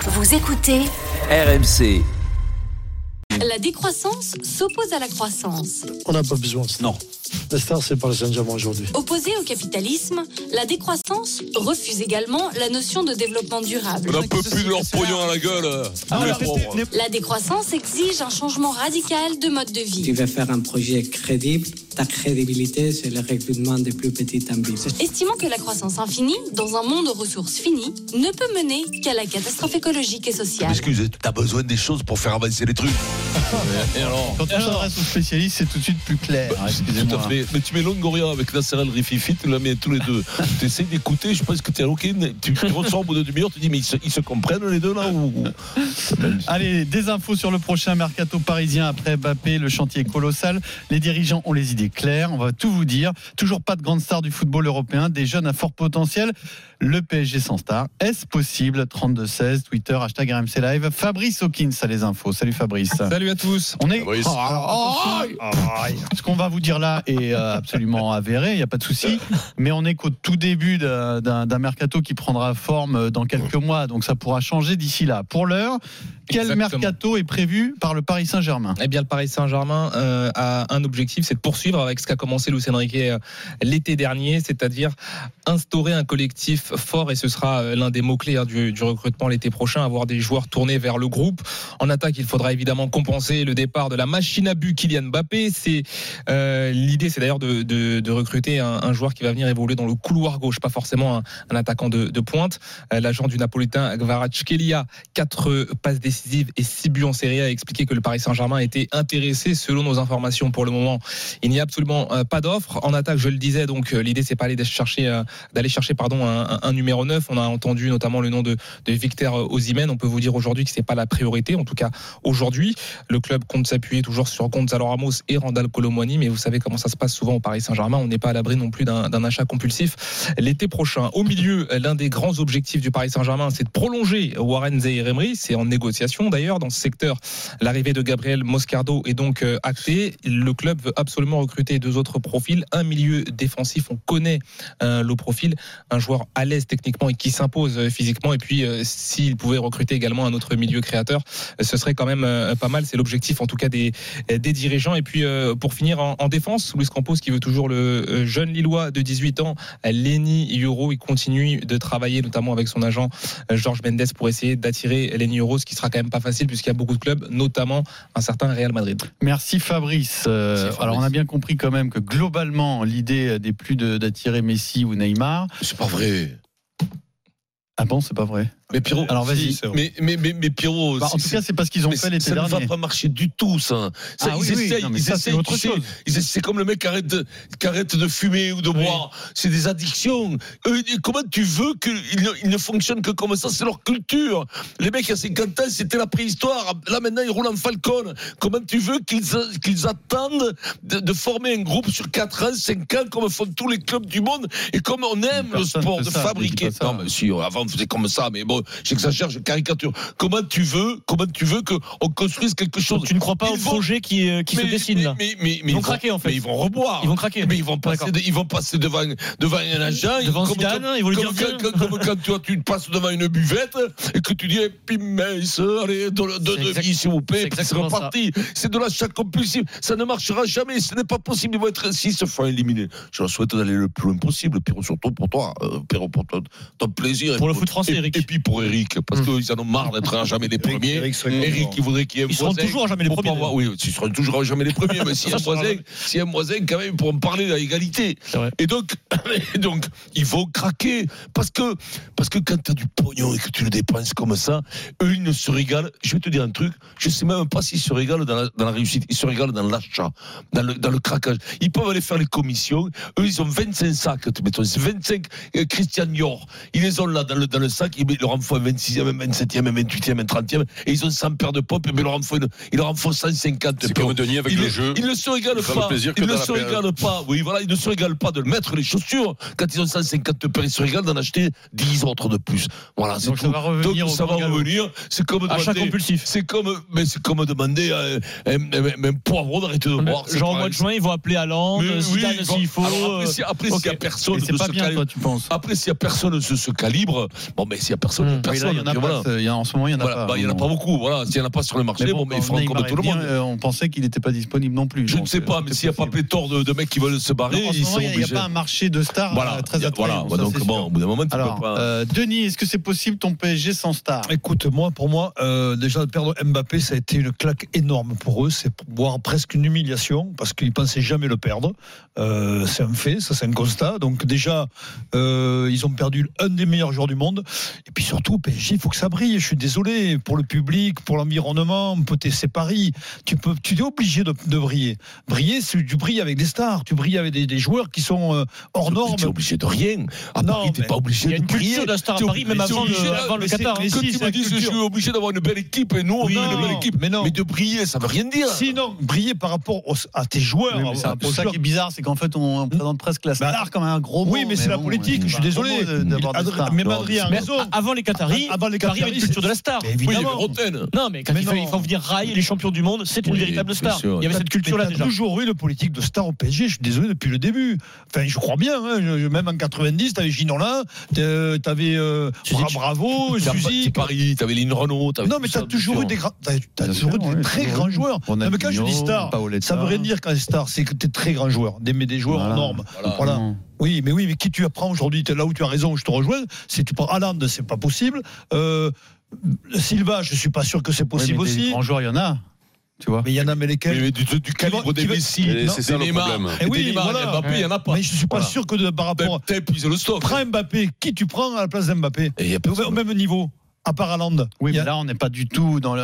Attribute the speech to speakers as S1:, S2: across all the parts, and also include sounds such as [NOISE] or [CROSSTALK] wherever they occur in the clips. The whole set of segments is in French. S1: Vous écoutez
S2: RMC.
S1: La décroissance s'oppose à la croissance.
S3: On n'a pas besoin de ça.
S2: Non.
S3: La star, c'est pas le Saint-Germain aujourd'hui.
S1: Opposée au capitalisme, la décroissance refuse également la notion de développement durable.
S4: On n'en peut plus de leur pognon à la gueule. euh, tous les pauvres.
S1: La décroissance exige un changement radical de mode de
S5: Tu
S1: vie.
S5: veux faire un projet crédible, ta crédibilité, c'est le recrutement des plus petites entreprises.
S1: Estimant que la croissance infinie, dans un monde aux ressources finies, ne peut mener qu'à la catastrophe écologique et sociale.
S4: Excusez, t'as besoin des choses pour faire avancer les trucs. [LAUGHS] Et alors
S6: Quand on s'adresse aux spécialistes, c'est tout de suite plus clair.
S4: Ah, Bah, Tout à
S6: Excusez-moi.
S4: fait. Mais tu mets Longoria avec Nasser El Rififi, tu la mets tous les [LAUGHS] deux. tu essaies d'écouter, je pense que t'es alloqué. Tu tu ressors au bout de demi-heure, tu dis, mais ils se, ils se comprennent les deux là ou...
S6: Allez, des infos sur le prochain mercato parisien après Bappé, le chantier est colossal. Les dirigeants ont les idées claires, on va tout vous dire. Toujours pas de grande star du football européen, des jeunes à fort potentiel. Le PSG sans star, est-ce possible 32-16, Twitter, hashtag RMC Live. Fabrice Hawkins a les infos. Salut Fabrice.
S7: Salut à tous.
S6: On est.
S4: Fabrice.
S6: Oh, attention.
S7: Ah,
S6: Ce qu'on va vous dire là est euh, absolument avéré, il n'y a pas de souci. Mais on est qu'au tout début d'un- d'un d'un mercato qui prendra forme euh, dans quelques mois, donc ça pourra changer d'ici là. Pour l'heure, quel
S7: Exactement.
S6: mercato est prévu par le Paris Saint-Germain
S7: Eh bien, le Paris Saint-Germain euh, a un objectif, c'est de poursuivre avec ce qu'a commencé Luis Enrique euh, l'été dernier, c'est-à-dire instaurer un collectif fort, et ce sera euh, l'un des mots-clés hein, du, du recrutement l'été prochain, avoir des joueurs tournés vers le groupe. En attaque, il faudra évidemment compenser le départ de la machine à but Kylian Mbappé. C'est euh, L'idée, c'est d'ailleurs de, de- de recruter un, un joueur qui va venir évoluer dans le couloir gauche, pas forcément un, un attaquant de, de pointe. Euh, L'agent du Napolitain, Kvaratskhelia, quatre passes décisives et six buts en Serie A a expliqué que le Paris Saint-Germain était intéressé selon nos informations pour le moment. Il n'y a absolument euh, pas d'offre en attaque, je le disais donc euh, l'idée c'est pas aller chercher euh, d'aller chercher pardon un, un- un numéro 9, on a entendu notamment le nom de, de Victor Osimhen, on peut vous dire aujourd'hui que c'est pas la priorité en tout cas aujourd'hui. Le club compte s'appuyer toujours sur Gonzalo Ramos et Randall Colomwani, mais vous savez comment ça se passe souvent au Paris Saint-Germain, on n'est pas à l'abri non plus d'un d'un achat compulsif l'été prochain. Au milieu, l'un des grands objectifs du Paris Saint-Germain, c'est de prolonger Warren Zaïre-Emery. C'est en négociation d'ailleurs dans ce secteur. L'arrivée de Gabriel Moscardo est donc euh, actée. Le club veut absolument recruter deux autres profils. Un milieu défensif, on connaît euh, le profil, un joueur à l'aise techniquement et qui s'impose euh, physiquement. Et puis, euh, s'il pouvait recruter également un autre milieu créateur, euh, ce serait quand même euh, pas mal. C'est l'objectif en tout cas des, euh, des dirigeants. Et puis, euh, pour finir en, en défense, Luis Campos qui veut toujours le euh, jeune Lillois de 18 ans Lenny Euro. Il continue de travailler notamment avec son agent euh, Georges Mendes pour essayer d'attirer Lenny Euro, ce qui sera quand même pas facile puisqu'il y a beaucoup de clubs, notamment un certain Real Madrid.
S6: Merci Fabrice. Euh,
S7: Merci, Fabrice.
S6: Alors on a bien compris quand même que globalement, l'idée n'est plus de- d'attirer Messi ou Neymar.
S4: C'est pas vrai.
S6: Ah bon, c'est pas vrai
S4: Mais Pierrot.
S6: Alors, vas-y.
S4: si, Mais, mais, mais, mais Pierrot.
S6: Bah, En
S4: c'est-
S6: tout cas, c'est pas ce qu'ils ont
S4: mais
S6: fait
S4: ça
S6: l'été
S4: ne va
S6: dernier.
S4: pas marcher du tout, ça. ça
S6: Ah
S4: ils
S6: oui, oui,
S4: essayent,
S6: non, mais
S4: ils
S6: ça, c'est
S4: essayent,
S6: autre
S4: tu sais,
S6: chose.
S4: Ils- C'est comme le mec qui arrête, de, qui arrête de fumer ou de boire. C'est des addictions. Euh, et comment tu veux qu'ils ne, ils ne fonctionnent que comme ça C'est leur culture. Les mecs, à 50 ans, c'était la préhistoire. Là, maintenant, ils roulent en Falcon. Comment tu veux qu'ils a- qu'ils attendent de, de former un groupe sur 4 ans, 5 ans, comme font tous les clubs du monde et comme on aime le
S6: Personne
S4: sport,
S6: fait
S4: de
S6: ça, je
S4: fabriquer.
S6: dis pas ça.
S4: Non, mais si, euh, avant, on faisait comme ça, mais bon, j'exagère, je caricature. Comment tu veux, comment tu veux qu'on construise quelque chose
S8: Tu ne crois pas
S4: Ils
S8: au
S4: vont-
S8: projet qui, euh, qui se
S4: mais-
S8: dessine
S4: mais-
S8: là
S4: mais- mais- mais
S8: Ils vont craquer, en fait.
S4: mais ils vont reboire.
S8: Ils vont craquer.
S4: Mais ils vont passer,
S8: D'accord.
S4: de- ils vont passer devant, devant un agent. ils-
S8: Devant
S4: comme-
S8: Zidane,
S4: comme-
S8: ils vont lui
S4: comme
S8: dire
S4: quand, quand- comme quand, tu, vois, tu passes devant une buvette et que tu dis, eh, puis mince, allez, deux de,
S8: C'est exact-
S4: s'il vous plaît,
S8: c'est
S4: puis c'est
S8: exactement ça.
S4: reparti. C'est de l'achat compulsif. Ça ne marchera jamais. Ce n'est pas possible. Ils vont être s'ils se font éliminer. Je leur souhaite d'aller le plus loin possible. Pierrot, surtout pour toi. euh, Pierrot, pour ton, ton plaisir.
S8: Pour
S4: Et
S8: le foot français,
S4: et-
S8: Eric. Hum.
S4: Et, puis pour Eric, parce qu'ils en ont marre d'être à jamais les premiers. Eric, il voudrait qu'il y ait un
S8: Ils seront
S4: voisin
S8: toujours à jamais les
S4: pour
S8: premiers,
S4: pas avoir- oui, ils seront toujours jamais les premiers, mais s'il y a
S8: [LAUGHS]
S4: un
S8: Ça, ça
S4: voisin,
S8: sera-
S4: s'il y a un voisin, quand même, ils pourront parler de l'égalité.
S8: C'est vrai.
S4: Et donc, [COUGHS] et donc, ils vont craquer. Parce que, parce que quand tu as du pognon et que tu le dépenses comme ça, eux, ils ne se régalent. Je vais te dire un truc, je sais même pas s'ils se régalent dans la, dans la réussite. Ils se régalent dans l'achat, dans le, dans le craquage. Ils peuvent aller faire les commissions. Eux, ils ont 25 sacs, mettons. C'est 25 euh, Christian Dior. Ils les ont là dans le, dans le sac. Ils leur en font un 26e, un 27e, un 28e, un 30e. Et ils ont 100 paires de pop. Et ils leur en font, une- ils leur en font 150.
S9: C'est
S4: Puis on-
S9: comme Denis avec
S4: il
S9: le
S4: ne-
S9: jeu.
S4: il ne se régale
S9: Ça fait
S4: pas.
S9: plaisir que
S4: Il ne
S9: dans la
S4: se
S9: période.
S4: régale pas. Oui, voilà, il ne se régale pas de mettre les chaussures quand ils ont 150 paires. Ils se régale d'en acheter 10 autres de plus. Voilà, c'est
S6: Donc ça
S4: tout.
S6: va revenir
S4: Donc
S6: au
S4: ça va
S6: grand galop.
S4: revenir. C'est comme
S8: Achat
S4: demander.
S8: compulsif.
S4: C'est comme, mais c'est comme demander à un, un- un- un poivron d'arrêter de boire. c'est
S8: Genre au
S4: pareil.
S8: mois de juin, ils vont appeler Hollande,
S4: Mais oui,
S8: Zidane
S4: ils vont-
S8: s'il faut.
S4: Alors
S8: euh,
S4: après, si- après, s'il
S8: ok.
S4: n'y a
S6: Et
S4: personne
S6: c'est
S4: de
S6: pas
S4: ce
S6: bien,
S4: calibre.
S6: toi, tu penses
S4: Après, s'il n'y a personne de ce calibre, bon, mais s'il n'y a personne personne.
S6: Oui, là,
S4: personne.
S6: il y en a
S4: Puis voilà.
S6: pas, euh, il y a- en ce moment, il y en a
S4: Voilà,
S6: pas.
S4: bah, il n'y en a pas beaucoup. Voilà. S'il n'y en a pas sur le marché, bon, mais il
S6: quand
S4: faudra
S6: Neymar
S4: compter tout le
S6: est bien,
S4: monde.
S6: euh, on pensait qu'il n'était pas disponible non plus.
S4: Je ne
S6: donc,
S4: sais
S6: euh,
S4: pas,
S6: tout
S4: mais
S6: est
S4: s'il n'y a pas
S6: possible.
S4: pléthore de, de mecs qui veulent se barrer,
S6: Non, en ce
S4: ils
S6: moment,
S4: sont
S6: Il n'y a
S4: obligés.
S6: pas un marché de stars
S4: Voilà,
S6: euh, très
S4: il y a-
S6: attrayant.
S4: voilà. bah
S6: ça,
S4: donc
S6: c'est sûr.
S4: bon, au bout d'un moment, tu
S6: Alors,
S4: peux pas.
S6: euh, Denis, est-ce que c'est possible ton PSG sans Ah, star
S2: Écoute, moi, pour moi, euh, déjà de perdre Mbappé, ça a été une claque énorme pour eux. C'est pour- voire presque une humiliation parce qu'ils pensaient jamais le perdre. Euh, c'est un fait, ça c'est un constat. Donc déjà, euh, ils ont perdu un des meilleurs joueurs du monde. Et puis surtout, PSG, il faut que ça brille. Je suis désolé pour le public, pour l'environnement, pour tes c'est Paris. Tu peux, tu es obligé de, de briller. Briller, c'est tu brilles avec des stars, tu brilles avec des, des joueurs qui sont euh, hors normes.
S4: Tu es obligé de rien. À
S2: Non,
S4: Paris, tu
S2: mais
S4: pas obligé
S8: Il y a
S4: de
S8: une culture
S4: prier.
S8: de la star à
S4: T'es
S8: Paris, même
S4: obligé-
S8: avant
S4: t'es
S8: le,
S4: obligé,
S8: avant le
S2: mais c'est-
S8: Qatar. hein.
S2: mais
S4: Que
S2: si,
S4: tu
S2: c'est
S4: me
S2: la
S4: dises que je suis
S2: culture.
S4: obligé d'avoir une belle équipe et nous, on
S2: Oui,
S4: a une
S2: non,
S4: belle équipe.
S2: mais non.
S4: Mais de briller, ça ne veut rien dire.
S2: Sinon, briller par rapport aux- à tes joueurs.
S6: Oui, mais C'est
S2: à-
S6: un peu
S2: aux
S6: ça
S2: joueurs
S6: qui est bizarre, c'est qu'en fait,
S4: Hmm.
S6: on, on présente presque
S4: Bah,
S6: la star comme un gros mot.
S2: Oui, mais c'est la
S6: bon,
S2: politique,
S6: ouais,
S2: je suis
S6: c'est un
S2: désolé.
S6: gros mot de- d'avoir des
S2: Adrien-
S6: stars.
S2: mais
S4: Non,
S2: Madrid a
S4: mais-
S2: raison.
S8: Avant les Qataris,
S2: Avant les
S8: Paris avait une
S2: Qataris,
S8: culture de la star.
S2: Mais
S4: Oui, il y avait
S2: évidemment.
S4: Roten.
S8: Non, mais quand
S2: Mais
S8: il, fallait-
S2: non.
S8: il faut venir rail, les champions du monde, c'est une
S4: Oui,
S8: véritable
S4: bien
S8: star.
S4: sûr.
S8: Il y avait cette culture-là
S2: Mais t'as
S8: déjà.
S2: toujours eu le politique de star au PSG, je suis désolé, depuis le début. Enfin, je crois bien, hein, je- je- même en 90, t'avais Ginola, t'es- t'avais euh, Bra- Bravo,
S4: T'as pas- t'es
S2: Suzy.
S4: Paris, t'avais Lynn Renault. t'avais
S2: Non,
S4: tout
S2: mais
S4: ça,
S2: t'as toujours eu
S4: bien
S2: des,
S4: sûr.
S2: gra- t'as- t'as
S6: Bien
S2: toujours eu
S6: sûr,
S2: des
S6: ouais,
S2: très
S6: toujours
S2: grands
S6: eu.
S2: joueurs. Non, mais quand je dis
S6: Ronaldinho,
S2: star,
S6: Paoletta.
S2: ça veut rien dire quand t'es star, c'est que t'es très grand joueur, des, mais des joueurs
S6: Voilà.
S2: en normes.
S4: Voilà.
S2: Voilà. Oui, mais oui, mais qui tu apprends aujourd'hui T'es Là où tu as raison, je te rejoins. Si tu prends Haaland, c'est pas possible. Euh, Silva, je suis pas sûr que c'est
S6: Oui, mais
S2: possible
S6: des
S2: aussi.
S6: grands joueurs, il y en a. Tu vois.
S2: Mais il y en a mais
S4: Mais,
S2: lesquels
S4: mais du, du calibre
S2: vas-
S4: des
S2: qui va-
S4: Messi,
S9: Et
S4: non,
S9: c'est ça
S4: des
S9: le
S4: Neymar,
S9: problème.
S4: des
S2: Eh oui,
S4: Neymar,
S2: voilà.
S4: des Mbappé, il n'y en a pas.
S2: Mais je suis pas
S4: Voilà.
S2: sûr que de, par rapport.
S4: T'as épuisé le stock.
S2: Prends Mbappé. Qui tu prends à la place d'Mbappé
S4: Et il y a
S2: Au au
S4: personne.
S2: même niveau, à part Haaland.
S6: Oui,
S2: Il y
S6: mais
S2: a-
S6: là, on n'est pas du tout dans le.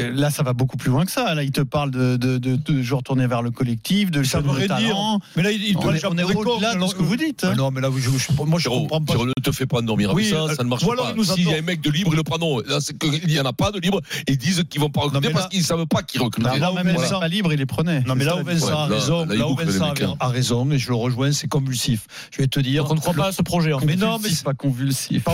S6: euh, Là, ça va beaucoup plus loin que ça. Là, il te parle de, de, de, de joueurs tournés vers le collectif, de
S2: Ça
S6: jeunes
S2: veut
S6: de
S2: rien dire.
S6: talents.
S2: Mais là, il, il
S6: On
S2: te
S6: est-
S2: jette
S6: on est
S2: des
S6: au-delà
S2: cornes,
S6: de
S2: alors
S6: ce que vous dites, hein.
S2: Ah Non, mais là, je, je- moi, je
S4: Giro,
S2: comprends pas.
S4: Giro, ne te fais pas endormir
S2: Oui,
S4: avec ça, ça ne marche
S2: ou alors
S4: pas.
S2: ils nous
S4: S'il y a un
S2: attendent.
S4: mec de libre, ils le prendront. Là, c'est que- Il n'y en a pas de libre, ils disent qu'ils ne vont pas recruter
S2: mais
S4: parce
S2: là-
S4: qu'ils ne savent pas qu'ils recrutent.
S6: Là,
S2: où
S6: même les
S2: Vincent-
S6: pas libres, il les prenait.
S2: Non,
S6: C'est
S2: mais là
S6: ça,
S2: où
S6: le
S2: Vincent a
S4: là,
S2: raison,
S4: là, ils
S2: là où
S4: bouffent, les
S2: Vincent
S4: mecs, hein.
S2: a- a raison, et je le rejoins, c'est convulsif. Je vais te dire.
S8: Donc on ne croit pas à ce projet. en fait.
S2: Mais non, mais
S6: Convulsif, pas convulsif.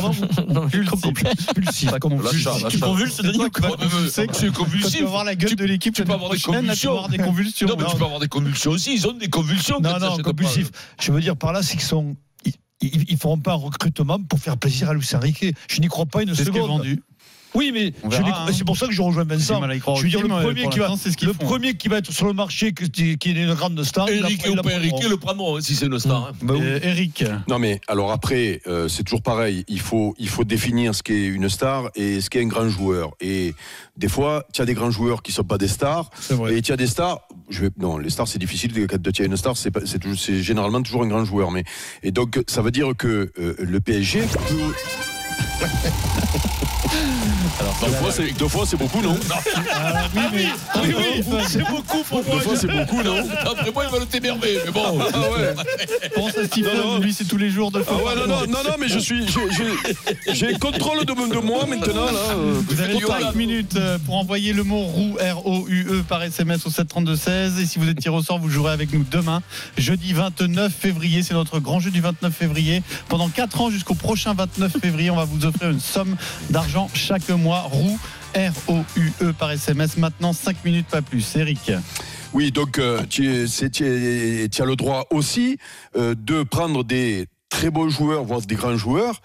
S6: [LAUGHS]
S2: Pardon
S6: Convulsif, pas convulsif.
S4: Lâche-la,
S8: Tu
S4: lâche-la.
S8: convulses, Denis
S6: Toi,
S4: Ouais, mais-
S6: convulser,
S4: tu es
S6: Quand
S4: convulsif.
S6: tu vas voir la gueule
S4: Tu-
S6: de l'équipe,
S4: tu peux
S6: la
S4: avoir des
S6: prochaine, là, tu vas avoir des convulsions.
S4: Non, mais tu
S6: Non.
S4: peux avoir des convulsions aussi. Ils ont des convulsions.
S2: Non,
S4: quand ils
S2: non,
S4: achètent
S6: euh.
S2: compulsif. Je veux dire par là, c'est qu'ils sont. Ils, ils, ils feront pas un recrutement pour faire plaisir à Luis Enrique. Je n'y crois pas une
S6: C'est ce qui est
S2: seconde.
S6: vendu.
S2: Oui, mais
S6: On
S2: je
S6: verra,
S2: n'y crois-
S6: hein.
S2: c'est pour ça que je rejoins
S6: J'ai
S2: Vincent.
S6: mal à y croire au
S2: Je veux dire, le
S6: film, mais
S2: premier
S6: pour
S2: qui va,
S6: l'instant, c'est ce qu'ils
S2: le
S6: font. hein.
S2: premier qui va être sur le marché, que- qui, est une grande star.
S4: pas.
S2: il la-
S4: Eric
S2: il
S4: ou
S2: la
S4: pas Eric,
S2: prendra.
S4: le prendront si c'est une star. hein.
S2: Bah oui.
S6: Euh, Eric,
S9: Non mais alors après, euh, c'est toujours pareil. Il faut, il faut définir ce qu'est une star et ce qu'est un grand joueur. Et des fois, tu as des grands joueurs qui sont pas des stars.
S2: C'est vrai.
S9: Et tu as des stars. Je vais, non, les stars c'est difficile. de- Quand tu as une star, c'est pas- c'est toujours- c'est généralement toujours un grand joueur. Mais et donc ça veut dire que euh, le PSG. peut- deux fois, c'est- deux fois, c'est beaucoup, non Ah,
S4: Oui, oui, c'est beaucoup pour
S9: Deux
S4: moi.
S9: fois, c'est beaucoup, non
S4: Après moi, il va le t'émerver, mais bon.
S6: pense à
S9: Non,
S6: Stephen,
S9: non.
S6: lui, c'est tous les jours de
S9: Ah ouais, non, non, non, non, mais je suis, j'ai- j'ai- j'ai le contrôle de, de moi maintenant là. euh,
S6: Vous avez
S9: Yo, là.
S6: 5 minutes euh, pour envoyer le mot roue R-O-U-E E, par SMS au 732-16. Et si vous êtes tiré au sort, vous jouerez avec nous demain, jeudi 29 février. C'est notre grand jeu du 29 février. Pendant 4 ans jusqu'au prochain 29 février, on va vous offrir une somme d'argent chaque mois. Roue R-O-U-E E, par SMS. Maintenant, 5 minutes, pas plus. Eric.
S9: Oui, donc euh, tu, es- c'est- tu es- tu as le droit aussi euh, de prendre des très beaux joueurs, voire des grands joueurs,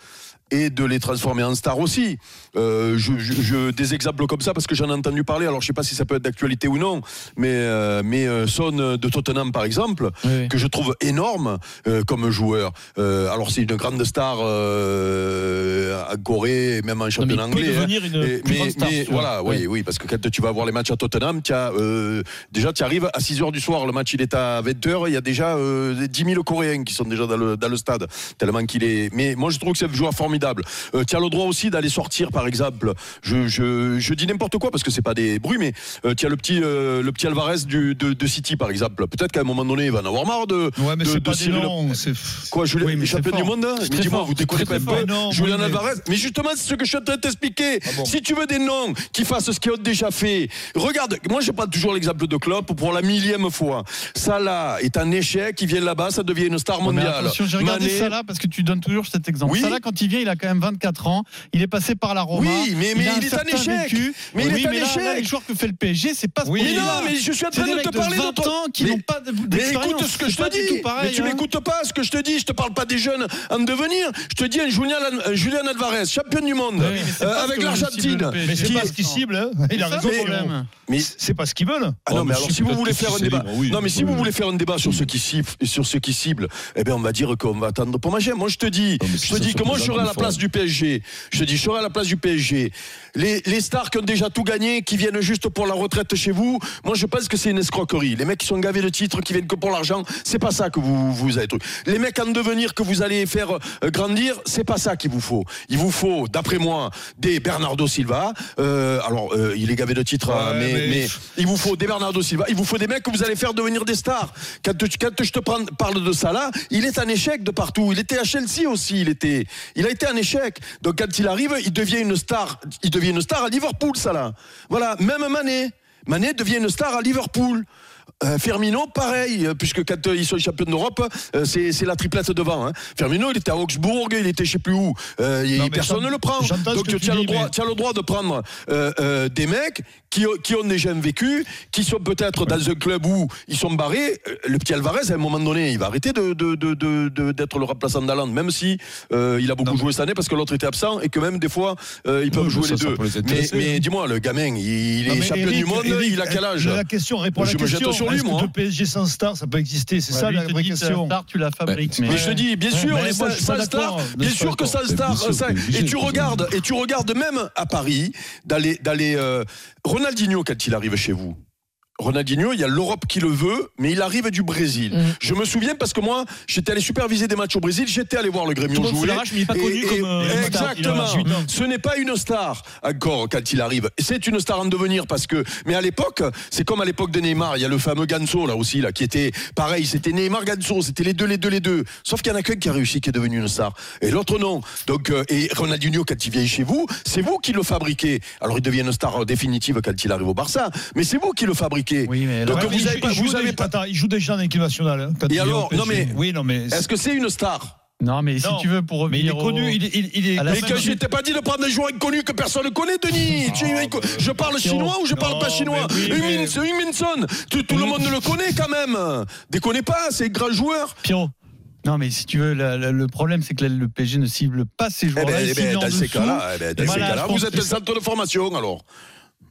S9: et de les transformer en stars aussi. Euh, je, je- je- des exemples comme ça parce que j'en ai entendu parler. Alors je sais pas si ça peut être d'actualité ou non, mais euh, mais euh, Son de Tottenham par exemple, que je trouve énorme euh, comme joueur. Euh, alors c'est une grande star euh, à Corée, et même
S8: Non,
S9: en
S8: mais
S9: championnat
S8: il peut
S9: anglais. hein.
S8: devenir une
S9: Et-
S8: plus grande
S9: mais,
S8: star.
S9: mais
S8: tu vois.
S9: voilà, oui, oui, parce que quand tu vas voir les matchs à Tottenham, tu as, euh, déjà tu arrives à 6 h du soir, le match il est à 20 h il y a déjà euh, 10 000 Coréens qui sont déjà dans le, dans le stade, tellement qu'il est. Mais moi je trouve que c'est un joueur formidable. Euh, tu as le droit aussi d'aller sortir, par exemple. Je, je, je dis n'importe quoi parce que c'est pas des bruits, mais euh, tu as le petit, euh, le petit Alvarez du, de, de City, par exemple. Peut-être qu'à un moment donné, il va en avoir marre de.
S2: Ouais, mais
S9: de-
S2: c'est
S9: de
S2: pas des
S9: Cyril-
S2: noms. c'est-
S9: Quoi, Julien,
S2: Oui, mais c'est
S9: champion du
S2: fort.
S9: monde hein
S2: C'est
S9: Mais
S2: très
S9: Dis-moi,
S2: fort.
S9: vous déconnez
S2: C'est
S9: quand
S2: très
S9: même
S2: fort.
S9: pas.
S2: Mais non,
S9: Julien
S2: oui, mais-
S9: Alvarez. Mais justement, c'est ce que je suis en train de t'expliquer.
S6: Ah
S9: Si tu veux des noms qui fassent ce qu'ils ont déjà fait, regarde, moi je prends toujours l'exemple de Klopp pour la millième fois. Salah est un échec, il vient là-bas, ça devient une star
S6: Mais
S9: mondiale.
S6: attention, j'ai regardé
S9: Mané-
S6: Salah parce que tu donnes toujours cet exemple.
S9: Oui.
S6: Salah, quand il vient, il il a quand même 24 ans. Il est passé par la Roma.
S9: Oui, mais- mais
S6: a un
S9: il est un
S6: certain
S9: échec.
S6: vécu.
S9: Mais il
S6: Oui,
S9: est un
S6: mais là- là,
S9: échec.
S6: les joueurs que fait le PSG, c'est pas ce
S2: Oui,
S6: qu'on
S9: mais
S6: dit.
S9: non, mais je suis en
S6: C'est
S9: train
S6: des
S9: de
S6: mecs
S9: te
S6: de
S9: parler
S6: 20
S9: de ton-
S6: ans qui
S9: Mais-
S6: n'ont pas de-
S9: Mais
S6: d'expérience.
S9: écoute ce que
S6: C'est
S9: je te
S6: pas du
S9: dis.
S6: tout pareil,
S9: mais tu
S6: hein.
S9: m'écoutes pas ce que je te dis. Je te parle pas des jeunes en devenir. Je te dis un Julian, un Julien Alvarez, champion du monde
S6: Oui, mais c'est
S9: euh,
S6: pas ce
S9: avec
S6: que veut le cible,
S9: l'Argentine.
S6: le PSG.
S2: Mais c'est
S6: Qui-
S2: pas ce qu'ils ciblent. hein. Il a
S6: C'est ça,
S2: raison.
S6: le
S9: mais-
S2: Roland.
S6: problème.
S9: Mais
S2: C'est pas ce qu'ils veulent.
S9: Ah non, mais alors, si vous voulez faire un débat,
S4: oui.
S9: non, mais si vous voulez faire un débat sur ceux qui ciblent, sur ceux qui ciblent, eh bien, on va dire qu'on va attendre pour manger. Moi, je te dis,
S4: Non, mais si
S9: je te
S4: ça
S9: dis
S4: se
S9: que moi,
S4: présente,
S9: je serai à
S4: il
S9: la
S4: faut-
S9: place du PSG. Je te dis, je serai à la place du PSG. Les, les stars qui ont déjà tout gagné, qui viennent juste pour la retraite chez vous, moi, je pense que c'est une escroquerie. Les mecs qui sont gavés de titres, qui viennent que pour l'argent, c'est pas ça que vous, vous avez truc. Les mecs en devenir que vous allez faire euh, grandir, c'est pas ça qu'il vous faut. Il vous faut, d'après moi, des Bernardo Silva. Euh, alors, euh, il est gavé de titres, hein,
S2: Ouais,
S9: mais-
S2: mais-
S9: mais il vous faut des Bernardo Silva, il vous faut des mecs que vous allez faire devenir des stars. Quand, tu- quand je te prends- parle de ça là, il est un échec de partout. Il était à Chelsea aussi, il était, il a été un échec. Donc quand il arrive, il devient une star. Il devient une star à Liverpool, ça là. Voilà, même Mané, Mané devient une star à Liverpool. Euh, Firmino, pareil, euh, puisque quand euh, ils sont champions d'Europe, euh, c'est c'est la triplette devant. hein. Firmino, il était à Augsbourg, il était je sais plus où. Euh, il-
S2: Non, mais
S9: personne
S2: j'en-
S9: ne le prend.
S2: j'entends ce
S9: Donc
S2: que
S9: tu
S2: tu
S9: as le
S2: dis,
S9: droit,
S2: mais-
S9: tu as le droit de prendre euh, euh, des mecs qui, ont- qui ont déjà vécu, qui sont peut-être dans un club où ils sont barrés. Euh, Le petit Alvarez, à un moment donné, il va arrêter de, de- de- de- de- d'être le remplaçant d'Aland, même si euh, il a beaucoup joué cette année parce que l'autre était absent et que même des fois, euh, ils peuvent
S4: mais
S9: jouer
S4: ça,
S9: les
S4: ça
S9: deux.
S4: peut les
S9: mais
S4: intéresser.
S9: mais dis-moi, le gamin, il, il
S2: Non,
S9: est
S2: mais
S9: champion
S2: Eric,
S9: du monde,
S2: Eric,
S9: il a quel âge
S2: La question, réponds à la
S9: Je me jette
S2: question.
S9: sur lui,
S2: Est-ce que
S9: moi. hein.
S2: le PSG sans star, ça peut exister C'est
S6: Ouais,
S2: ça
S6: lui,
S2: la
S6: il te
S2: vraie
S6: dit que c'est un
S2: question.
S6: star, tu la fabriques.
S9: Mais je te dis, bien sûr,
S2: Ouais, mais
S9: et
S2: moi,
S9: ça-
S2: je suis
S9: ça
S2: pas
S9: star,
S2: d'accord, euh,
S9: bien
S2: je suis pas
S9: sûr que ça
S2: d'accord.
S9: star.
S4: Bien sûr,
S9: ça-
S4: bien sûr,
S9: et
S4: bien
S9: tu
S4: sûr.
S9: regardes, et tu regardes même à Paris, d'aller, d'aller. euh, Ronaldinho quand il arrive chez vous. Ronaldinho, il y a l'Europe qui le veut, mais il arrive du Brésil.
S8: Mm.
S9: Je me souviens parce que moi, j'étais allé superviser des matchs au Brésil, j'étais allé voir le Grémio
S8: Tout le monde se
S9: jouer.
S8: l'arrache, mais il n'est pas
S9: Et-
S8: connu
S9: et-
S8: comme. euh, comme star. Il a-
S9: exactement. Ce n'est pas une star encore quand il arrive. C'est une star en devenir parce que. Mais à l'époque, c'est comme à l'époque de Neymar. Il y a le fameux Ganso là aussi là qui était pareil. C'était Neymar Ganso. C'était les deux, les deux, les deux. Sauf qu'il y en a qu'un qui a réussi, qui est devenu une star. Et l'autre non. Donc euh, et Ronaldinho quand il vient chez vous, c'est vous qui le fabriquez. Alors il devient une star euh, définitive quand il arrive au Barça. Mais c'est vous qui le fabriquez.
S6: Oui, mais
S9: Donc
S2: Ouais, mais
S9: vous
S2: il
S9: avez
S2: joue-
S9: pas-
S2: il joue
S9: vous avez
S2: déjà-
S9: pas-
S2: attends, il joue déjà en équipe nationale. hein, quand
S9: Et
S2: il est au
S9: alors, non,
S2: PSG.
S9: mais-
S2: Oui, non, mais.
S9: Est-ce que c'est une star
S6: Non, mais si
S2: Non.
S6: tu veux, pour
S2: Mais
S6: revenir.
S2: il est
S6: au-
S2: connu, il, est- il- il est.
S6: à la
S9: Mais
S6: fin
S9: que
S6: du-
S9: je t'ai pas dit de prendre des joueurs inconnus que personne ne connaît, Denis. Tu- je parle chinois ou je parle
S2: non,
S9: pas chinois
S2: mais oui, mais-
S9: Humin- Huminson, tout, tout le monde le connaît quand même. Déconnez pas, c'est un grand joueur.
S6: Pierrot. Non, mais si tu veux, la- la- le problème, c'est que la- le PSG ne cible pas ces
S9: Eh
S6: joueurs-là.
S9: ben,
S6: il
S9: eh
S6: cible
S9: ben,
S6: en
S9: dans ces
S6: dessous.
S9: cas-là, eh ben, dans ces
S6: Voilà,
S9: cas-là,
S6: je pense
S9: vous êtes
S6: que
S9: le centre de formation alors.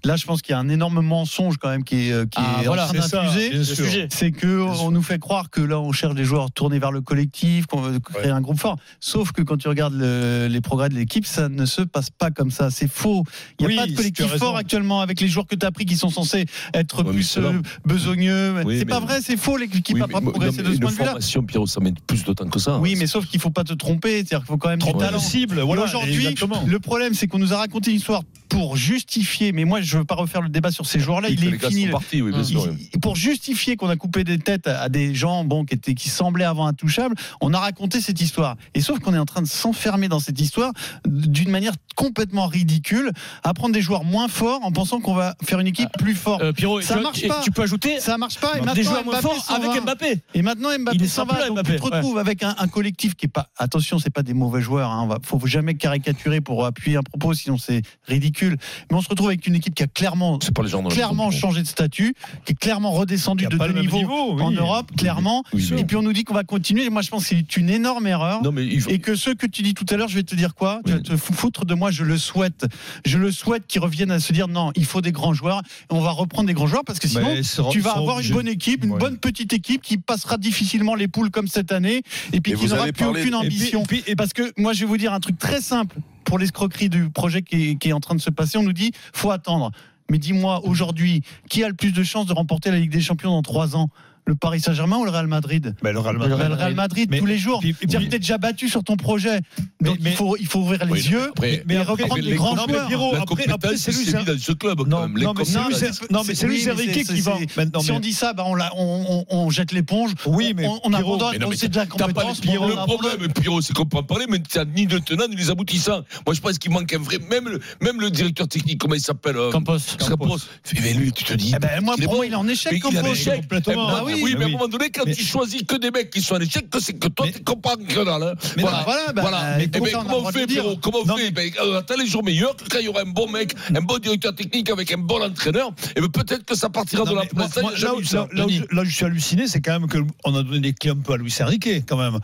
S6: Là, je pense qu'il y a un énorme mensonge quand même qui est, euh, qui
S8: Ah,
S6: est
S8: voilà,
S6: en train
S2: c'est ça,
S6: d'infuser.
S2: bien
S8: Le
S2: sûr.
S8: sujet.
S6: C'est que on nous fait croire que là, on cherche des joueurs tournés vers le collectif, qu'on veut créer un groupe fort. Sauf que quand tu regardes le- les progrès de l'équipe, ça ne se passe pas comme ça. C'est faux. Il n'y a
S2: Oui,
S6: pas de
S2: tu as
S6: collectif
S2: raison.
S6: fort actuellement avec les joueurs que tu as pris qui sont censés être
S4: Ouais, mais
S6: plus
S4: c'est là.
S6: euh, besogneux.
S4: Oui,
S6: c'est
S4: mais-
S6: pas vrai, c'est faux. L'équipe
S4: Oui,
S6: n'a
S4: mais-
S6: pas
S4: non,
S6: progressé
S4: mais
S6: de ce
S4: une
S6: point de vue-là.
S4: formation, Pierrot, ça met plus de temps que [LAUGHS] ça.
S6: Oui, mais sauf qu'il faut pas te tromper, c'est-à-dire qu'il faut quand même du
S4: Tromper
S6: talent.
S4: la
S2: cible, voilà,
S6: Et Aujourd'hui,
S2: exactement.
S6: le problème, c'est qu'on nous a raconté une histoire pour justifier. Mais moi, je veux pas refaire le débat sur ces joueurs-là.
S4: Oui,
S6: Il
S4: que
S6: est
S4: les gars
S6: fini.
S4: sont partis, oui, bien sûr, oui.
S6: Il- pour justifier qu'on a coupé des têtes à à des gens bon, qui, étaient, qui semblaient avant intouchables, on a raconté cette histoire. Et sauf qu'on est en train de s'enfermer dans cette histoire d'une manière complètement ridicule, à prendre des joueurs moins forts en pensant qu'on va faire une équipe plus forte.
S8: Euh, Pierrot,
S6: Ça
S8: tu-
S6: marche
S8: et
S6: pas.
S8: Tu peux
S2: euh,
S8: ajouter
S6: Ça marche pas. Et maintenant,
S8: des joueurs moins
S6: Mbappé
S8: forts
S6: s'en va.
S8: avec Mbappé.
S6: Et maintenant Mbappé
S8: Il est
S6: s'en
S8: simple,
S6: va, donc
S8: Mbappé,
S6: tu te retrouves avec un, un collectif qui est pas. Attention, c'est pas des mauvais joueurs. Hein. on va- Faut jamais caricaturer pour appuyer un propos, sinon c'est ridicule. Mais on se retrouve avec une équipe qui a clairement,
S4: C'est pas les gens dans la
S6: clairement
S4: Coupe.
S6: changé de statut, qui est clairement redescendue
S2: Il y a
S6: de
S2: pas
S6: deux
S2: le même
S6: niveaux
S2: niveau, oui.
S6: en Europe, clairement.
S4: Oui, mais-
S6: Et puis on nous dit qu'on va continuer. Et moi, je pense que c'est une énorme erreur.
S4: Non, mais il faut-
S6: Et que ce que tu dis tout à l'heure, je vais te dire quoi Tu
S4: Oui.
S6: vas te fou- foutre de moi, je le souhaite. Je le souhaite qu'ils reviennent à se dire non, il faut des grands joueurs, et on va reprendre des grands joueurs parce que sinon,
S2: Mais ils seront-
S6: tu vas
S2: ils seront
S6: avoir
S2: obligés.
S6: une bonne équipe, une
S2: Oh, Ouais.
S6: bonne petite équipe qui passera difficilement les poules comme cette année et puis
S9: Et
S6: qui
S9: vous
S6: n'aura
S9: avez
S6: plus
S9: parlé-
S6: aucune
S2: Et puis-
S6: ambition.
S2: et puis- et-
S6: Et parce que moi, je vais vous dire un truc très simple pour l'escroquerie du projet qui est, qui est en train de se passer. On nous dit faut attendre. Mais dis-moi aujourd'hui, qui a le plus de chances de remporter la Ligue des Champions dans trois ans Le Paris Saint-Germain ou le Real Madrid
S2: Ben, le Real
S6: le
S2: Madrid.
S6: Real Real Madrid
S2: Mais-
S6: tous les jours.
S2: et puis-
S6: Tu as peut-être déjà battu sur ton projet. Donc
S2: mais-
S6: il, faut, il faut ouvrir les
S4: Oui,
S6: yeux
S4: après-
S6: et
S2: après,
S6: reprendre les
S4: les-
S6: grands
S2: non, mais
S6: joueurs.
S2: Pierrot,
S4: la
S2: après-
S4: compétence,
S2: après,
S4: c'est
S2: c'est lui,
S4: lui
S2: c'est un-
S4: dans ce club. quand
S2: Non,
S4: même. Les
S2: non, mais c'est
S4: compétences-
S2: lui, c'est- non, mais c'est
S6: oui,
S2: Luis
S6: mais
S2: Enrique
S6: c'est- c'est-
S2: qui va. Maintenant,
S6: si
S2: mais-
S6: on dit ça, bah, on, la- on, on- on jette l'éponge.
S2: Oui,
S6: On-
S2: mais
S6: on, on
S2: Pierrot-
S6: abandonne.
S4: Mais non, mais
S6: c'est de la
S4: T'as pas
S6: compétence.
S4: les Pierrot,
S6: on
S4: le
S6: abandonne.
S4: problème, Pierrot, c'est qu'on peut en parler, mais t'as ni le tenant ni les aboutissants. Moi, je pense qu'il manque un vrai. Même le, même le directeur technique, comment il s'appelle euh,
S8: Campos.
S4: Campos. Mais lui, tu te dis.
S6: Eh ben, moi,
S4: il est
S6: pour
S4: bon.
S6: moi, il est en
S4: Mais
S6: échec.
S4: il est en
S6: Campos.
S4: échec.
S2: complètement.
S4: Mbappé,
S6: Ah oui,
S4: Eh ben oui,
S2: oui,
S4: mais à un
S2: oui.
S4: moment donné, quand
S2: Mais-
S4: tu choisis que des mecs qui sont à l'échec, que c'est que toi,
S2: Mais-
S4: tu comprends que dalle. hein.
S2: Mais non,
S4: voilà.
S6: voilà, bah,
S4: voilà.
S6: euh,
S4: Eh ben,
S6: pourtant, on a le
S4: comment
S6: droit
S4: on
S6: de
S4: fait,
S6: le dire.
S4: Pierrot Comment on
S2: Non,
S4: fait ben, euh, Attends les jours meilleurs, que quand il y aura un bon mec, un bon directeur technique avec un bon entraîneur, et ben, peut-être que ça partira
S2: Non,
S4: de la
S2: mais moi,
S4: presse.
S2: moi,
S4: J'ai
S2: là,
S4: jamais
S2: où-
S4: vu ça.
S8: hein.
S2: là- là où
S4: Denis.
S2: je- là où je suis halluciné, c'est quand même qu'on a donné des clés un peu à Louis Enrique, quand même.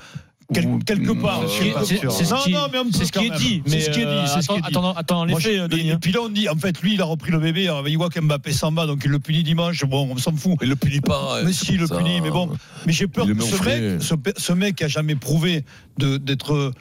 S2: Quel-
S4: Ouh,
S2: quelque part.
S4: euh,
S2: quelque
S6: c'est-
S2: part.
S6: c'est
S8: ce
S2: Non,
S8: qui-
S2: non, mais un peu
S8: C'est ce
S2: quand
S8: qui est
S2: même.
S8: dit.
S2: C'est
S8: mais,
S2: ce qui est dit.
S8: euh,
S2: c'est ce qui est
S8: attends- Attends,
S2: dit.
S8: attends, les
S2: Moi,
S8: faits,
S2: je-
S8: euh,
S2: et,
S8: Denis.
S2: et puis là, on dit, en fait, lui, il a repris le bébé, euh, il voit qu'Mbappé s'en va, donc il le punit dimanche. Bon, on s'en fout.
S4: Il le punit pas. hein.
S2: Mais si, il le
S4: Ça- euh,
S2: punit, mais bon. Mais j'ai peur
S4: Il le
S2: que
S4: met au
S2: ce
S4: frais.
S2: mec, ce, pe- ce mec qui a jamais prouvé de- d'être euh,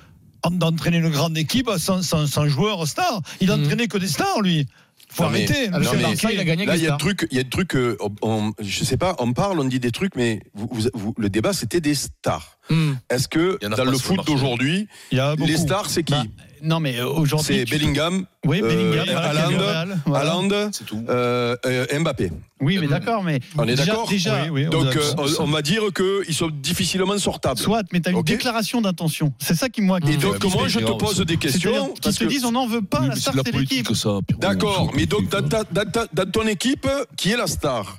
S2: en- d'entraîner une grande équipe sans, sans, sans joueur star.
S4: Hmm.
S2: Il
S7: Mhm.
S2: entraînait que des stars, lui. Faut
S9: Non, mais-
S2: arrêter.
S4: ah,
S9: non,
S2: Michel
S9: mais-
S2: Larquet.
S7: il a gagné
S9: Là,
S7: avec
S9: il y a
S7: Star.
S9: des trucs, il y a des trucs, euh, on- je sais pas, on parle, on dit des trucs, mais vous- vous- vous- le débat c'était des stars.
S7: Hmm.
S9: Est-ce que
S4: Il y en a
S9: dans
S4: pas
S9: le
S4: sur le
S9: foot
S4: marché.
S9: d'aujourd'hui,
S2: Il y a beaucoup.
S9: les stars c'est qui
S6: Bah, Non, mais euh, aujourd'hui.
S9: C'est
S6: tu-
S9: Bellingham,
S6: Oui,
S9: euh,
S6: Bellingham, voilà,
S9: Haaland,
S6: qui est au Real, voilà.
S9: Haaland,
S4: C'est tout.
S9: euh, euh, Mbappé.
S6: Oui, mais d'accord, mais.
S9: On est
S6: déjà-
S9: d'accord
S6: Déjà,
S2: Oui, oui, on
S9: Donc
S2: est
S9: euh,
S2: d'accord.
S9: on, on va dire qu'ils sont difficilement sortables.
S6: soit, mais t'as une
S9: Ok.
S6: déclaration d'intention. C'est ça qui, moi.
S9: Et
S6: qui-
S9: donc
S4: mais
S9: moi
S4: c'est
S9: je te
S4: grave,
S9: pose
S4: ça.
S9: des
S6: C'est-à-dire
S2: hein,
S9: questions.
S6: qu'ils
S9: parce
S6: se
S9: que-
S6: disent, on n'en veut pas,
S4: Oui,
S6: la
S4: mais
S6: star,
S4: c'est la
S6: c'est l'équipe.
S4: politique, ça. Pierrot.
S9: D'accord,
S4: C'est
S9: mais
S4: la
S9: donc
S4: politique,
S9: dans,
S4: hein.
S9: ta- dans ta- dans ton équipe, qui est la star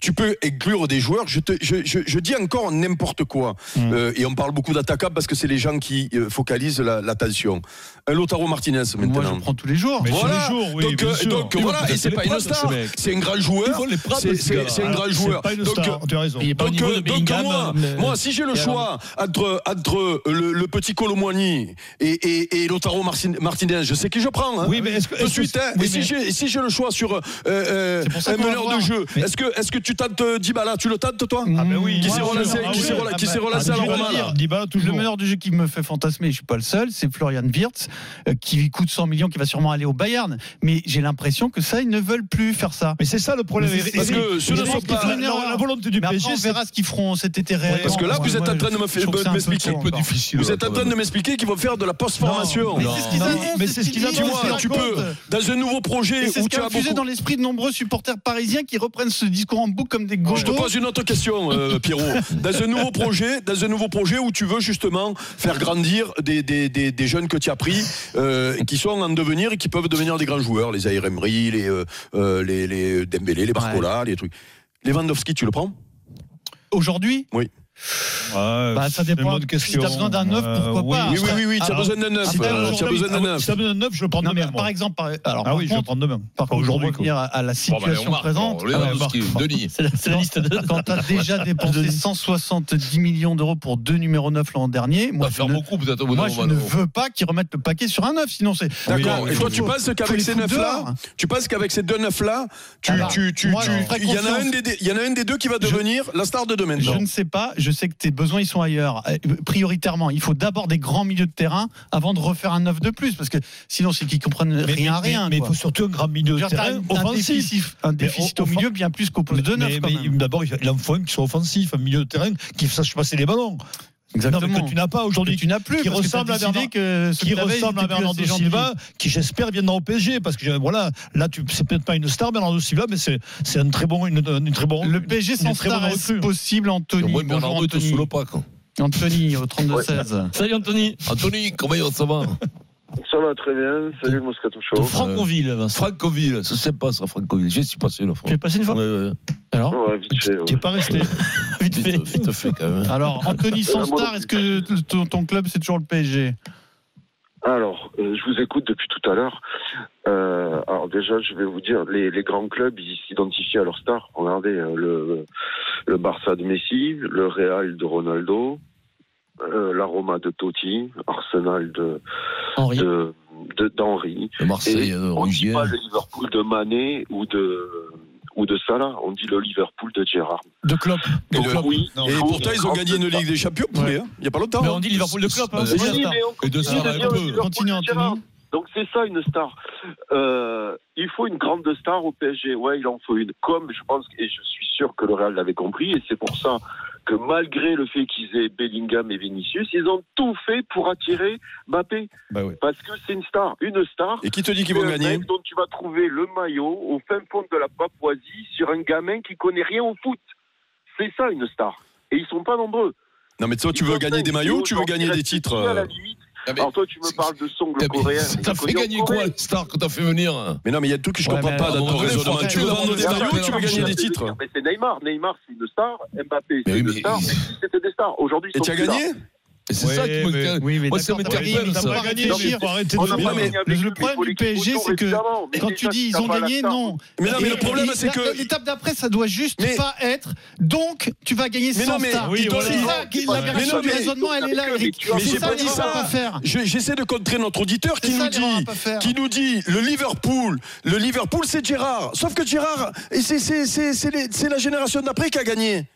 S9: Tu peux inclure des joueurs, je, te, je, je- je dis encore n'importe quoi. Euh, et on parle beaucoup d'attaquants parce que c'est les gens qui euh, focalisent la- l'attention. Un Lotaro Martinez
S6: Moi, je
S9: maintenant.
S6: prends tous les jours.
S2: Mais tous
S9: voilà,
S2: les jours, oui,
S9: donc,
S2: bien
S9: euh,
S2: sûr.
S9: donc
S4: Ils vont
S9: voilà,
S4: peut-être
S9: et c'est
S4: les
S9: pas une
S4: prendre,
S9: star,
S4: ces mecs.
S9: c'est un grand
S4: Ils
S9: joueur,
S4: vont les prendre,
S9: c'est
S4: ces
S9: c'est-
S4: gars-là.
S9: c'est un grand
S2: C'est
S9: joueur.
S2: pas une
S9: Donc,
S2: star,
S9: euh,
S2: tu as raison.
S8: Il est pas au
S9: donc,
S8: niveau
S9: euh,
S8: de
S9: donc,
S8: Bellingham.
S6: hein,
S9: moi,
S8: mais-
S9: moi, si j'ai le
S8: et alors-
S9: choix entre, entre le, le petit Colomboigny et, et, et Lotaro Marcin- Martinez, je sais qui je prends. hein.
S2: Oui, mais est-ce que.
S9: Tout de
S2: est-ce que-
S9: suite, hein.
S2: oui,
S9: et, si
S2: mais-
S9: j'ai, et si j'ai le choix sur euh, euh,
S6: C'est pour ça
S9: un
S6: qu'on va
S9: meneur
S6: voir.
S9: de jeu,
S2: Mais-
S9: est-ce, que, est-ce que tu tentes euh, Dybala Tu le tentes, toi
S2: Ah ben oui,
S9: Qui
S2: moi,
S9: s'est
S2: je-
S9: relancé-
S2: ah
S9: qui
S2: oui,
S9: s'est rela-
S2: ah
S9: qui
S2: ben-
S9: s'est relancé
S2: ah,
S9: à la
S2: je vais le
S9: Roma,
S2: dire,
S9: là.
S2: Dybala,
S6: Le
S2: toujours.
S6: meilleur du jeu qui me fait fantasmer, je suis pas le seul, c'est Florian Wirtz, euh, qui coûte 100 millions, qui va sûrement aller au Bayern. Mais j'ai l'impression que ça, ils ne veulent plus faire ça.
S2: Mais c'est ça le problème.
S6: Mais c'est-
S2: Eric.
S9: parce que
S2: Eric,
S9: ce ne
S2: Eric,
S9: sont
S2: la-
S9: pas-
S2: la, la volonté du
S6: Mais après,
S2: PSG,
S6: on
S2: c'est
S6: verra ce qu'ils feront cet été réellement.
S9: Parce que là,
S6: Moi,
S9: vous êtes
S6: moi,
S9: en train de
S6: je
S9: me
S6: trouve
S9: faire-
S6: que c'est un peu
S9: m'expliquer.
S6: trop
S4: un peu
S6: encore.
S4: difficile.
S9: Vous
S4: là,
S9: êtes
S4: quand
S9: en train de
S4: même.
S9: m'expliquer qu'ils vont faire de la post-formation.
S6: Mais c'est ce qu'ils
S2: Non,
S6: annoncent,
S2: mais c'est ce qu'ils
S6: qu'ils
S9: Tu
S2: annoncent,
S6: annoncent,
S9: vois, tu
S6: raconte.
S9: peux, dans un nouveau projet
S6: Et c'est
S9: où
S6: ce qui
S9: tu
S6: a
S9: as
S6: infusé
S9: beaucoup...
S6: dans l'esprit de nombreux supporters parisiens qui reprennent ce discours en boucle comme des gauchos.
S9: Je te pose une autre question, euh, Pierrot. Dans un nouveau projet, dans un nouveau projet où tu veux justement faire grandir des, des, des, des jeunes que tu as pris, euh, qui sont en devenir et qui peuvent devenir des grands joueurs, les Ayremri, les, euh, euh, les, les Dembélé, les Barcola, les trucs. Lewandowski, tu le prends
S6: Aujourd'hui,
S2: Ouais,
S6: Bah, ça
S2: c'est
S6: dépend.
S2: une bonne question.
S6: Si t'as besoin d'un neuf, pourquoi
S2: Euh,
S6: pas
S9: Oui, oui, oui, oui, tu as
S6: Alors,
S9: besoin d'un neuf.
S6: Ah, si t'as
S9: euh, Tu as
S6: aujourd'hui-
S9: besoin d'un
S2: Ah, Si
S9: neuf.
S2: t'as besoin d'un neuf, je le prends
S6: non, mais
S2: demain.
S6: par
S2: moi.
S6: exemple, par, alors,
S2: Ah
S6: par
S2: oui, je ben, le
S6: contre,
S2: prends demain.
S6: par contre,
S2: Aujourd'hui,
S6: pour revenir à,
S9: ben,
S6: à la
S4: Bon, bah, allez,
S6: situation
S4: on marque,
S6: présente,
S4: alors, Lewandowski,
S2: Ah, ouais,
S4: Denis.
S8: C'est la- c'est la liste de.
S6: quand t'as
S2: [LAUGHS]
S6: déjà dépensé 170 millions d'euros pour deux numéros 9 l'an dernier,
S4: On
S6: moi,
S4: va
S2: Ah,
S6: je
S4: faire
S6: ne,
S4: beaucoup, peut-être, au bout
S6: moi,
S4: d'un
S6: je
S4: moment,
S6: ne
S4: non.
S6: veux pas qu'ils remettent le paquet sur un 9, sinon c'est...
S9: D'accord.
S4: Oui,
S9: Et
S4: il
S9: toi,
S4: faut-
S9: tu penses
S6: faut
S9: qu'avec
S6: les
S9: ces
S6: foutre
S9: neuf-là,
S6: dehors.
S9: tu penses qu'avec ces deux neufs-là, tu,
S6: Alors,
S9: tu, tu,
S6: moi, je
S9: tu-
S6: ferais
S9: il y en a
S6: confiance.
S9: un des, il y en a un des deux qui va devenir la star de demain.
S6: Je ne sais pas, je sais que tes besoins ils sont ailleurs. Euh, Prioritairement, il faut d'abord des grands milieux de terrain avant de refaire un 9 de plus, parce que sinon c'est qu'ils comprennent
S2: Mais-
S6: rien à
S2: mais-
S6: rien.
S2: Mais il
S6: quoi.
S2: faut surtout un grand milieu de
S6: Genre, t'as
S2: terrain
S6: un, un
S2: offensif.
S6: déficit, un déficit au
S2: offen-
S6: milieu bien plus qu'au poste de
S2: Mais-
S6: 9 quand
S2: mais
S6: même.
S2: D'abord, il en faut un qui soit offensif, un milieu de terrain qui sache passer les ballons. Non, mais que tu n'as pas
S6: Que
S2: aujourd'hui.
S6: tu n'as plus
S2: qui
S6: parce que
S2: ressemble
S6: t'as
S2: à
S6: décidé
S2: Bernard-
S6: que ce
S2: qui
S6: que t'avais,
S2: ressemble à
S6: c'était plus
S2: Bernardo
S6: assez gentil.
S2: Silva, qui j'espère viendra au PSG, parce que voilà, là tu c'est peut-être pas une star Bernardo Silva, mais c'est c'est un très bon, une, une très bon.
S6: Le PSG
S2: une
S6: sans
S2: très
S6: star
S2: bonne
S6: est
S2: recrue.
S6: possible
S4: Et au
S6: Anthony
S4: moins,
S6: Bonjour
S4: Bernardo était sous
S6: Anthony
S4: le pack. hein.
S6: Anthony euh, au 32-16
S8: Salut Anthony.
S4: Anthony, comment ça va
S10: Ça va très bien, salut le Moscato
S8: De
S10: Show.
S8: Franconville, Vincent.
S4: Euh, Franconville, ça c'est pas ça, Franconville. J'y suis passé,
S8: Tu
S4: là,
S8: es
S4: Franck.
S8: passé une
S4: Ouais,
S8: fois
S4: ouais.
S8: Alors,
S10: Ouais, vite fait, ouais.
S2: T'es pas [LAUGHS] resté.
S8: vite fait.
S4: Vite, vite fait, quand même.
S6: [LAUGHS]
S4: hein.
S6: Alors Anthony sans star est-ce que t- ton, ton club c'est toujours le PSG
S10: Alors, euh, je vous écoute depuis tout à l'heure. Euh, alors déjà, je vais vous dire, les, les grands clubs, ils s'identifient à leur star. Regardez, euh, le, le Barça de Messi, le Real de Ronaldo, euh, la Roma de Totti, Arsenal de
S8: Henri.
S10: de- de- d'Henri.
S4: Le Marseille,
S10: Et
S4: euh,
S10: on dit
S4: Rugier.
S10: pas le Liverpool de Mané ou de ou de Salah, on dit le Liverpool de Gerrard.
S8: De Klopp.
S9: Et
S10: Donc
S9: le-
S10: oui,
S9: Et pourtant, ils ont gagné une Ligue des Champions, poulet, hein. il n'y a pas longtemps.
S8: Mais on dit Liverpool de Klopp. hein,
S4: Euh,
S8: c'est
S10: Oui,
S8: pas ça.
S10: mais on
S4: Et de
S10: continue
S4: Sarah
S10: de dire le
S4: Hebe.
S10: Liverpool
S6: Continue,
S10: de
S6: Anthony.
S10: Gerrard. Donc c'est ça une star. Euh, il faut une grande star au PSG. Ouais, il en faut une. Comme je pense et je suis sûr que le Real l'avait compris et c'est pour ça que malgré le fait qu'ils aient Bellingham et Vinicius, ils ont tout fait pour attirer Mbappé
S2: Bah oui.
S10: parce que c'est une star, une star.
S9: Et qui te dit qu'ils vont
S10: c'est un
S9: gagner
S10: mec dont tu vas trouver le maillot au fin fond de la Papouasie sur un gamin qui connaît rien au foot. C'est ça une star. Et ils sont pas nombreux.
S9: Non, mais toi, tu
S10: Ils
S9: veux
S10: sont
S9: gagner des
S10: cinq.
S9: maillots
S10: Et
S9: ou tu veux
S10: aujourd'hui,
S9: gagner des
S10: reste
S9: titres
S10: plus à la
S9: euh,
S10: limite Ah, mais Alors toi, tu me parles de songles
S4: T'as
S10: coréens.
S4: t'as fait gagner quoi, le star, que t'as fait venir hein
S9: Mais non, mais il y a tout que je
S6: Ouais,
S9: comprends
S6: mais
S9: pas
S6: à un
S9: dans ton
S4: moment donné,
S9: raisonnement.
S4: faut
S9: Tu veux
S4: arrêter
S9: vendre des
S4: d'avoir
S9: maillots,
S4: des
S9: tu veux
S4: marchés.
S9: gagner des titres.
S10: Mais c'est Neymar. Neymar, c'est une star. Mbappé,
S4: Mais
S10: c'est
S4: oui,
S10: une
S4: mais-
S10: star. Messi, c'était des stars. Aujourd'hui,
S9: Et
S10: ils
S9: tu
S10: sont
S9: as
S10: plus là.
S9: gagné
S4: Et C'est ça qui me.
S6: Oui, mais
S4: Moi, ça
S6: d'accord,
S4: me
S6: t'as
S4: terrifie,
S6: pas-
S4: ça.
S6: t'as pas
S4: Non,
S6: gagné,
S10: mais-
S6: Gilles, faut arrêter
S10: On
S6: de
S10: n'a
S6: jouer.
S10: pas gagné avec
S6: Mais le
S10: eux,
S6: problème
S10: mais
S6: du
S10: faut les
S6: PSG, c'est que
S10: évidemment. Mais
S6: quand
S10: déjà,
S6: tu dis ils
S10: t'as
S6: ont
S10: pas la
S6: gagné,
S10: star.
S6: non.
S9: Mais non, mais le problème,
S6: Et
S9: c'est
S6: la-
S9: que-
S6: L'étape d'après, ça doit juste
S9: Mais-
S6: pas être. Donc, tu vas gagner
S9: Mais non,
S6: sans
S9: mais-
S6: star.
S9: Oui,
S6: C'est
S9: voilà.
S6: ça qui- la
S9: Mais
S6: direction
S9: non,
S6: du
S9: mais-
S6: raisonnement, elle est là, Eric.
S10: Mais
S6: C'est
S9: j'ai
S6: ça
S9: pas
S6: qu'il
S9: dit
S6: faut
S9: ça.
S6: pas faire.
S9: Je- J'essaie de contrer notre auditeur
S6: C'est
S9: qui
S6: ça
S9: nous
S6: l'erreur à
S9: dit,
S6: pas faire.
S9: qui nous dit le Liverpool, le Liverpool c'est Gérard. Sauf que Gérard, et c'est- c'est c'est- c'est les- c'est la génération d'après qui a gagné.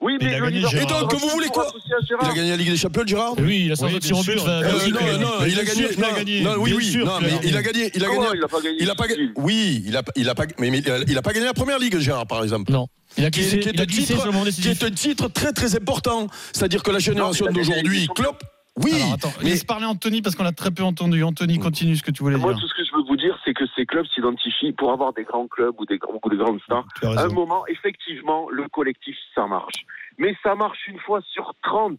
S10: Oui,
S6: Il
S10: mais
S6: a
S10: le
S6: gagné,
S10: Liverpool
S6: Gérard.
S10: sera
S9: Et donc, vous voulez
S10: toujours
S9: quoi
S10: associé à Gérard.
S9: Il a gagné la Ligue des Champions, Gérard
S8: Oui, il a sorti
S6: Oui,
S8: de tir
S6: bien
S8: au but.
S6: sûr.
S8: va- va-
S9: Euh, non,
S8: va-
S9: non,
S8: va-
S9: il a
S8: bien
S9: gagné.
S8: sûr qu'il a
S9: non,
S8: gagné.
S9: non, oui,
S8: Bien
S9: oui,
S8: sûr
S9: non,
S8: qu'il a
S9: mais
S8: gagné.
S9: il a gagné, il a gagné.
S10: Comment il a pas gagné
S9: Il a pas,
S10: Gilles
S9: oui, il a, il a pas, mais, mais il a- il a pas gagné la première ligue, Gérard, par exemple.
S8: Non. Il a
S9: Qui-
S8: glissé,
S9: qui est
S8: il a
S9: un
S8: glissé
S9: titre
S8: sur le moment
S9: Qui
S8: décisif.
S9: est un titre très très important. C'est-à-dire que la génération
S10: Non, mais il a gagné la
S9: d'aujourd'hui,
S10: Ligue des
S9: Klopp, oui,
S6: Alors, attends,
S9: mais
S6: laisse parler Anthony parce qu'on l'a très peu entendu. Anthony, continue ce que tu voulais
S10: Moi,
S6: dire.
S10: tout ce que je veux vous dire, c'est que ces clubs s'identifient pour avoir des grands clubs ou des, grands- ou des grandes stars.
S2: Tu as
S10: À un
S2: raison.
S10: moment, effectivement, le collectif, ça marche. Mais ça marche une fois sur 30.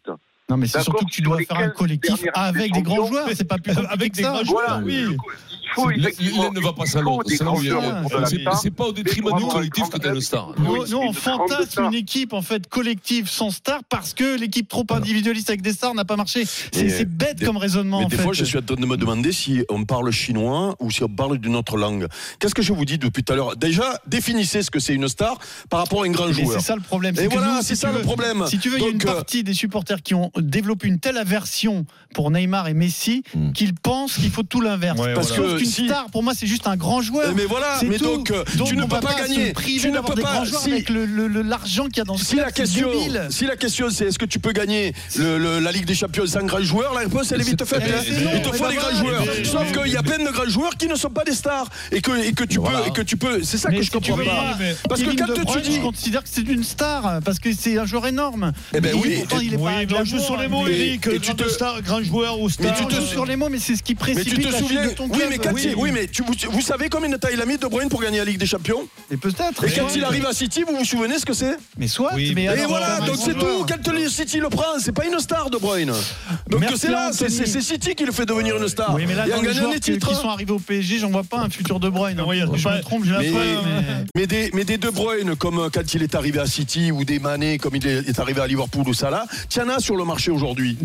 S6: Non, mais c'est
S10: D'accord,
S6: surtout que tu
S10: sur
S6: dois
S10: les
S6: faire un
S10: 15
S6: collectif
S10: dernières
S6: avec des grands
S10: champions,
S6: joueurs. C'est pas plus compliqué
S2: Avec
S6: que
S2: des
S6: ça.
S2: grands joueurs.
S10: Voilà.
S2: oui.
S10: Le co- Il faut
S4: L'I-
S10: effectivement-
S4: L'I- ne va pas
S10: il faut
S4: s'en
S10: des grands
S6: là où il y a-
S10: joueurs pour de
S6: Ah,
S10: la
S4: C'est
S10: star.
S4: c'est pas au détriment du collectif que t'es le star.
S10: Oui,
S6: Nous,
S10: c'est
S6: nous, on
S10: une grande
S6: fantasme
S10: star.
S6: une équipe en fait collective sans star parce que l'équipe trop individualiste avec des stars n'a pas marché. C'est
S9: Et,
S6: c'est bête
S9: des-
S6: comme raisonnement.
S9: Mais
S6: en
S9: des
S6: fait. euh,
S9: fois, je suis en train de me demander si on parle chinois ou si on parle d'une autre langue. Qu'est-ce que je vous dis depuis tout à l'heure Déjà, définissez ce que c'est une star par rapport à un grand
S6: Mais
S9: joueur.
S6: c'est ça le problème.
S9: Et
S6: que
S9: voilà,
S6: nous, si
S9: c'est
S6: tu
S9: ça le
S6: veux-
S9: problème.
S6: Si tu veux, il y a une
S9: Donc, euh,
S6: partie des supporters qui ont développé une telle aversion pour Neymar et Messi
S4: Hmm.
S6: qu'ils pensent qu'il faut tout l'inverse.
S2: Ouais,
S6: Parce
S9: voilà.
S6: qu'une
S9: si-
S6: star, pour moi, c'est juste un grand joueur.
S9: Euh, Mais voilà,
S6: C'est
S9: mais
S6: tout.
S9: donc, euh, tu
S6: on
S9: ne
S6: va
S9: peux pas
S6: se
S9: gagner.
S6: priver
S9: Tu ne
S6: d'avoir
S9: peux
S6: des
S9: pas.
S6: grands joueurs
S9: Si,
S6: avec le- le- le- l'argent qu'il y a dans ce
S9: si
S6: club,
S9: la
S6: c'est
S9: question,
S6: débile.
S9: si la question c'est est-ce que tu peux gagner le- le- la Ligue des Champions sans grand joueur, la réponse elle est vite faite.
S6: Eh,
S9: hein.
S6: c'est non,
S9: Il
S6: mais
S9: te faut des
S6: voilà,
S9: grands joueurs.
S6: mais-
S9: Sauf qu'il y a plein de grands joueurs qui ne sont pas des stars et que et que tu peux
S4: Voilà.
S9: et que tu peux. C'est ça que
S6: Mais si
S9: je
S6: tu
S9: comprends
S6: veux
S9: pas.
S6: pas, mais
S9: Parce que
S6: Kevin
S9: quand
S6: De
S9: tu
S6: Bruyne,
S9: dis-
S6: je considère que c'est une star parce que c'est un joueur énorme.
S9: Eh ben
S6: Mais
S9: oui.
S6: pourtant, il est
S2: Oui,
S6: pas un
S2: mais on
S6: grand
S2: joue sur
S6: joueur,
S2: les mots,
S6: mais-
S2: Eric.
S9: mais
S2: grand
S9: tu te-
S2: star, grand joueur ou star.
S9: tu
S6: tu te
S9: te-
S6: sur les mots, mais c'est ce qui
S9: Mais
S6: précipite
S9: tu te
S6: la chute
S9: souviens
S6: de ton
S9: Oui,
S6: club. euh,
S9: mais quand il- oui, mais tu vous, vous savez combien de taille il a mis De Bruyne pour gagner la Ligue des Champions
S6: mais Ah peut-être.
S9: Et
S6: soit,
S9: quand il arrive à City, vous vous souvenez ce que c'est
S6: mais soit.
S2: Oui,
S6: mais
S2: mais-
S9: Et
S6: alors,
S9: voilà,
S6: un
S9: donc
S6: grand
S9: c'est
S6: joueur.
S9: tout. Quand le City le prend, c'est pas une star De Bruyne. Donc
S6: Merci
S9: c'est là,
S6: à
S9: c'est
S6: Anthony.
S9: c'est- c'est City qui le fait devenir une star.
S6: Oui, mais là,
S9: Et
S6: dans
S9: en
S6: les
S9: gagnant
S6: joueurs
S9: des
S6: qui,
S9: titres.
S6: qui sont arrivés au PSG, j'en vois pas un futur De Bruyne. hein.
S8: Oui, il y a
S6: je
S8: pas-
S6: me trompe, j'ai
S9: Mais,
S6: l'impression. mais-
S9: mais des, mais des De Bruyne, comme euh, quand il est arrivé à City, ou des Mané, comme il est est arrivé à Liverpool ou Salah, tiens là sur le marché aujourd'hui.